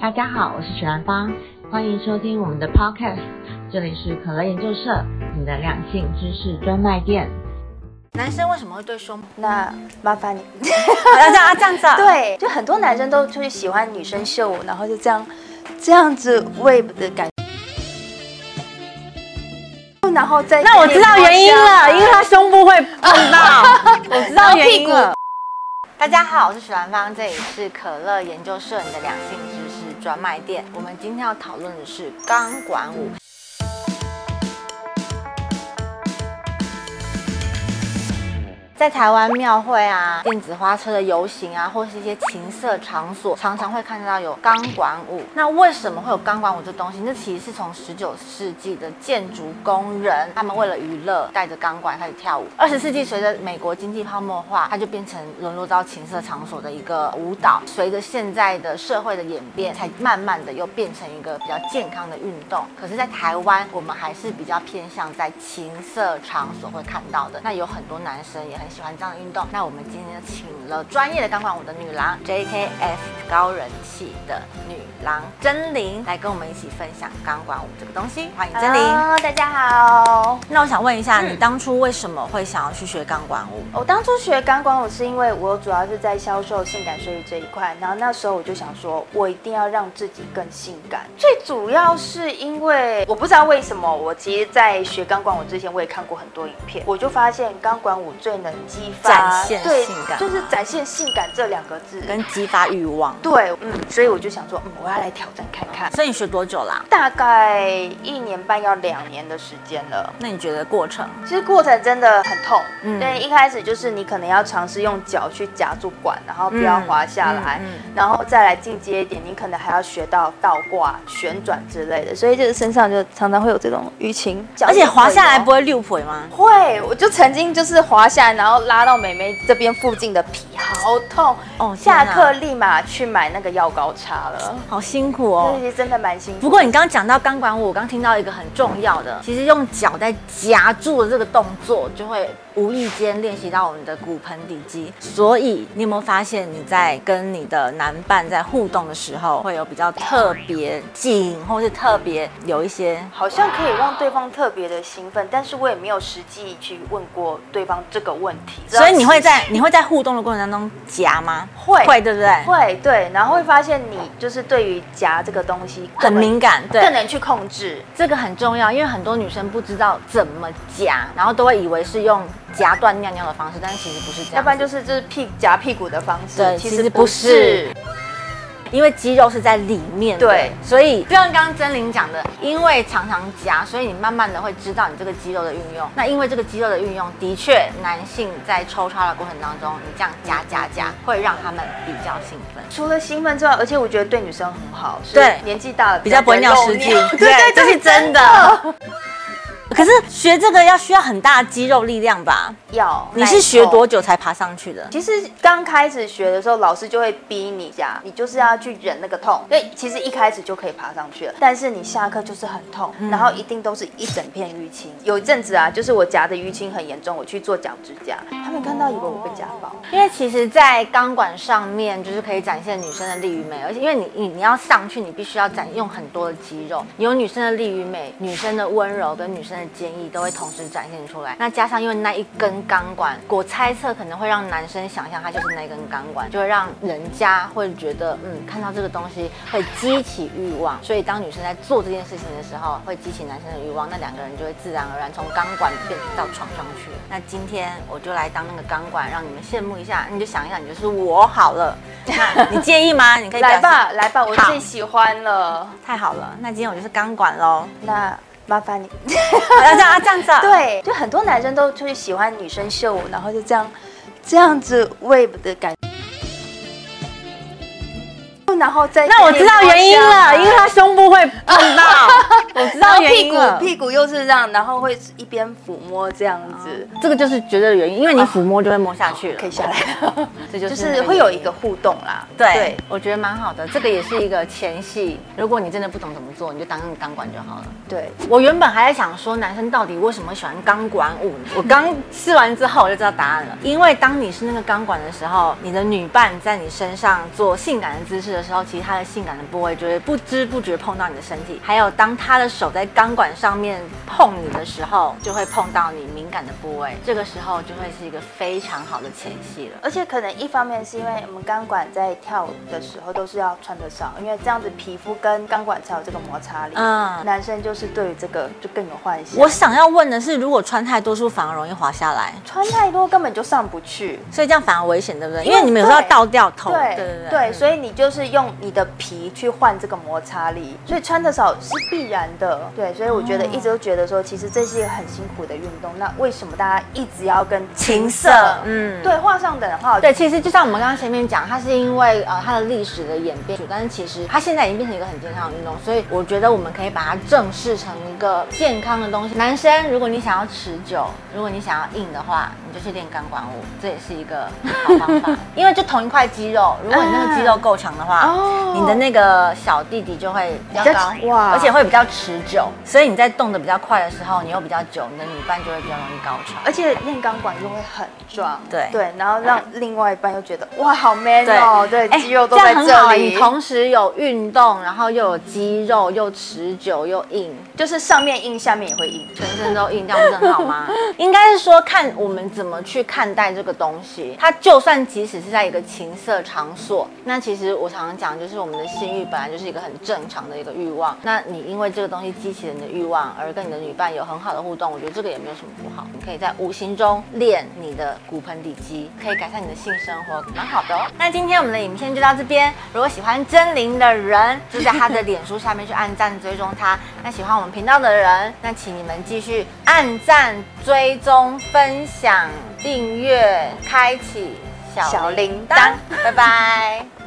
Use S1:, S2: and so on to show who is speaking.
S1: 大家好，我是许兰芳，欢迎收听我们的 Podcast，这里是可乐研究社，你的两性知识专卖店。男生为什么会对胸部？
S2: 那麻 烦你。
S1: 这样啊，这样子啊？
S2: 对，就很多男生都就是喜欢女生秀舞，然后就这样这样子 wave 的感觉，然后再
S1: 那我知道原因了，因为
S2: 他
S1: 他胸部会碰到，我知道原因
S2: 然
S1: 了
S2: 后。
S1: 大家好，我是许兰芳，这里是可乐研究社你的两性知识专卖店。我们今天要讨论的是钢管舞。在台湾庙会啊、电子花车的游行啊，或是一些情色场所，常常会看到有钢管舞。那为什么会有钢管舞这东西？那其实是从十九世纪的建筑工人，他们为了娱乐，带着钢管开始跳舞。二十世纪随着美国经济泡沫化，它就变成沦落到情色场所的一个舞蹈。随着现在的社会的演变，才慢慢的又变成一个比较健康的运动。可是，在台湾，我们还是比较偏向在情色场所会看到的。那有很多男生也很喜欢这样的运动。那我们今天就请了专业的钢管舞的女郎 JKS 高人气的女郎真玲来跟我们一起分享钢管舞这个东西。欢迎真玲。
S2: Hello，大啊家好。
S1: 那我想问一下，
S2: 嗯
S1: 你当初为什么会想要去学钢管舞？
S2: 我当初学钢管舞是因为我主要是在销售性感睡衣这一块，然后那时候我就想说，我一定要让自己更性感。最主要是因为我不知道为什么，我其实，在学钢管舞之前，我也看过很多影片，我就发现钢管舞最能激发
S1: 展现性感
S2: 对，就是展现性感这两个字。
S1: 跟激发欲望。
S2: 对，嗯，所以我就想说，嗯，我要来挑战看看。
S1: 所以你学多久啦、
S2: 大概一年半要两年的时间了。
S1: 那你觉得过程？
S2: 其实过程真的很痛，
S1: 嗯
S2: 对，一开始就是你可能要尝试用脚去夹住管，然后不要滑下来，
S1: 嗯嗯
S2: 然后再来进阶一点，你可能还要学到倒挂、旋转之类的，所以就是身上就常常会有这种淤青，
S1: 而且滑下来不
S2: 会。哦
S1: 会六腿吗？
S2: 会，我就曾经就是滑下来，然后拉到妹妹这边附近的皮，好痛
S1: 哦天
S2: 下
S1: 哪
S2: 课立马去买那个药膏擦了，
S1: 好辛苦
S2: 这
S1: 哦。
S2: 些真的蛮辛苦。
S1: 不过你刚刚讲到钢管舞，我刚听到一个很重要的，其实用脚在夹住的这个动作，就会无意间练习到我们的骨盆底肌。所以你有没有发现你在跟你的男伴在互动的时候，会有比较特别紧，或是特别有一些
S2: 好像可以让对方特别的兴奋，但是我也没有实际去问过对方这个问题。
S1: 所以你会在你会在互动的过程当中夹吗？
S2: 会
S1: 会，对不对？
S2: 会对，然后会发现你就是对于夹这个东西
S1: 很
S2: 更能
S1: 敏，感，对，
S2: 更能去控制。
S1: 这个很重要，因为很多女生不知道怎么夹，然后都会以为是用夹断尿尿的方式，但是其实不是这样子，
S2: 要不然就是就是屁夹屁股的方式，
S1: 对其实不是。因为肌肉是在里面的，
S2: 对
S1: 所以就像刚刚真玲讲的，因为常常夹，所以你慢慢的会知道你这个肌肉的运用。那因为这个肌肉的运用，的确男性在抽插的过程当中，你这样夹夹夹，会让他们比较兴奋。
S2: 除了兴奋之外，而且我觉得对女生很好，是
S1: 对
S2: 年纪大了
S1: 比较不会尿失禁
S2: 不要，
S1: 对
S2: 对
S1: 这
S2: 对，这
S1: 是
S2: 是
S1: 真
S2: 真
S1: 的
S2: 的。
S1: 可是学这个要需要很大的肌肉力量吧？
S2: 要
S1: 你是学多？久才爬上去的？
S2: 其实刚开始学的时候，老师就会逼你夹，你就是要去忍那个痛。对，其实一开始就可以爬上去了，但是你下课就是很痛，
S1: 嗯
S2: 然后一定都是一整片淤青。有一阵子啊，就是我夹的淤青很严重，我去做脚趾甲，他们看到以为我被夹爆。
S1: 因为其实，在钢管上面，就是可以展现女生的力与美，而且因为你你你要上去，你必须要展用很多的肌肉，有女生的力与美、女生的温柔跟女生的坚毅都会同时展现出来。那加上因为那一根钢管，我猜测可能会让男生想象它就是那根钢管，就会让人家会觉得，嗯，看到这个东西会激起欲望。所以当女生在做这件事情的时候，会激起男生的欲望，那两个人就会自然而然从钢管变到床上去。那今天我就来当那个钢管，让你们羡慕一下。你就想一想，你就是我好了。那你介意吗？你可以表
S2: 来
S1: 示
S2: 吧，，来吧，我
S1: 哎啊好
S2: 最喜欢了。
S1: 太好了。那今天我就是钢管喽。
S2: 那麻 烦你。
S1: 要这样啊，这样子啊。
S2: 对，就很多男生都就是喜欢女生秀舞，然后就这样这样子 wave 的感觉，然后再
S1: 那我知道原因了，因为他
S2: 他
S1: 胸部会碰到，我知
S2: 然
S1: 道
S2: 后
S1: 原
S2: 屁
S1: 因了
S2: 股。屁股又是这样，然后会一边抚摸这样子，
S1: 这个就是绝对的原因，因为你抚摸就会摸下去了，
S2: 可以下来了，
S1: 这就
S2: 就是是会有一个互动啦。
S1: 对，我觉得蛮好的，这个也是一个前戏。如果你真的不懂怎么做，你就当用钢管就好了。
S2: 对，
S1: 我原本还在想说，男生到底为什么喜欢钢管舞呢？我刚试完之后我就知道答案了，因为当你是那个钢管的时候，你的女伴在你身上做性感的姿势的时候，其实她的性感的部位就会不知不觉碰到你的身体，还有当她的手在钢管上面碰你的时候，就会碰到你敏感的部位，这个时候就会是一个非常好的前戏了。
S2: 而且可能一方面是因为我们钢管在跳舞的时候都是要穿得少，因为这样子皮肤跟钢管才有这个摩擦力。
S1: 嗯
S2: 男生就是对于这个就更有幻想。
S1: 我想要问的是，如果穿太多，是不是反而容易滑下来？
S2: 穿太多根本就上不去。
S1: 所以这样反而危险，对不对？因
S2: 因为
S1: 为你们有时候要
S2: 对
S1: 倒掉头，
S2: 对
S1: 对嗯对
S2: 所以你就是用你的皮去换这个摩擦力，所以穿的少是必然的。对，所以我觉
S1: 哦
S2: 得一直都觉得说，其实这是一个很辛苦的运动。那为什么大家一直要跟情色，
S1: 嗯
S2: 对画上等号？
S1: 对，其实就像我们刚刚前面讲，它是因为呃它的历史的演变，但是其实它现在已经变成一个很健康的运动，所以我觉得我们可以把它正视成一个健康的东西。男生，如果你想要持久，如果你想要硬的话，你就去练钢管舞，这也是一个好方法。因为就同一块肌肉，如果你那个肌肉够强的话，
S2: 哦
S1: 你的那个小弟弟就会比较
S2: 比较
S1: 高，
S2: 哇
S1: 而且会比较持久，所以你在动得比较快的时候，你又比较久，你的女伴就会比较容易高潮。
S2: 而且练钢管又会很壮，
S1: 嗯对
S2: 对，然后让另外一半又觉得哇好 man
S1: 对
S2: 哦，对，
S1: 哎
S2: 肌肉都
S1: 这
S2: 在
S1: 样很好
S2: 这
S1: 欸
S2: 里
S1: 你，同时有运动，然后又有肌肉，又持久又硬，
S2: 就是上面硬，下面也会硬。
S1: 全身都硬，这样不是很好吗？ 应该是说看我们怎么去看待这个东西。它就算即使是在一个情色场所，那其实我常常讲，就是我们的性欲本来就是一个很正常的一个欲望。那你因为这个东西激起了你的欲望，而跟你的女伴有很好的互动，我觉得这个也没有什么不好。你可以在无形中练你的骨盆底肌，可以改善你的性生活，蛮好的哦。那今天我们的影片就到这边。如果喜欢真灵的人，就在他的脸书下面去按赞追踪他。那喜欢我们频道的人，那请你们继续按赞、追踪、分享、订阅、开启小
S2: 小
S1: 铃
S2: 铃
S1: 铛
S2: 铛，
S1: 拜拜。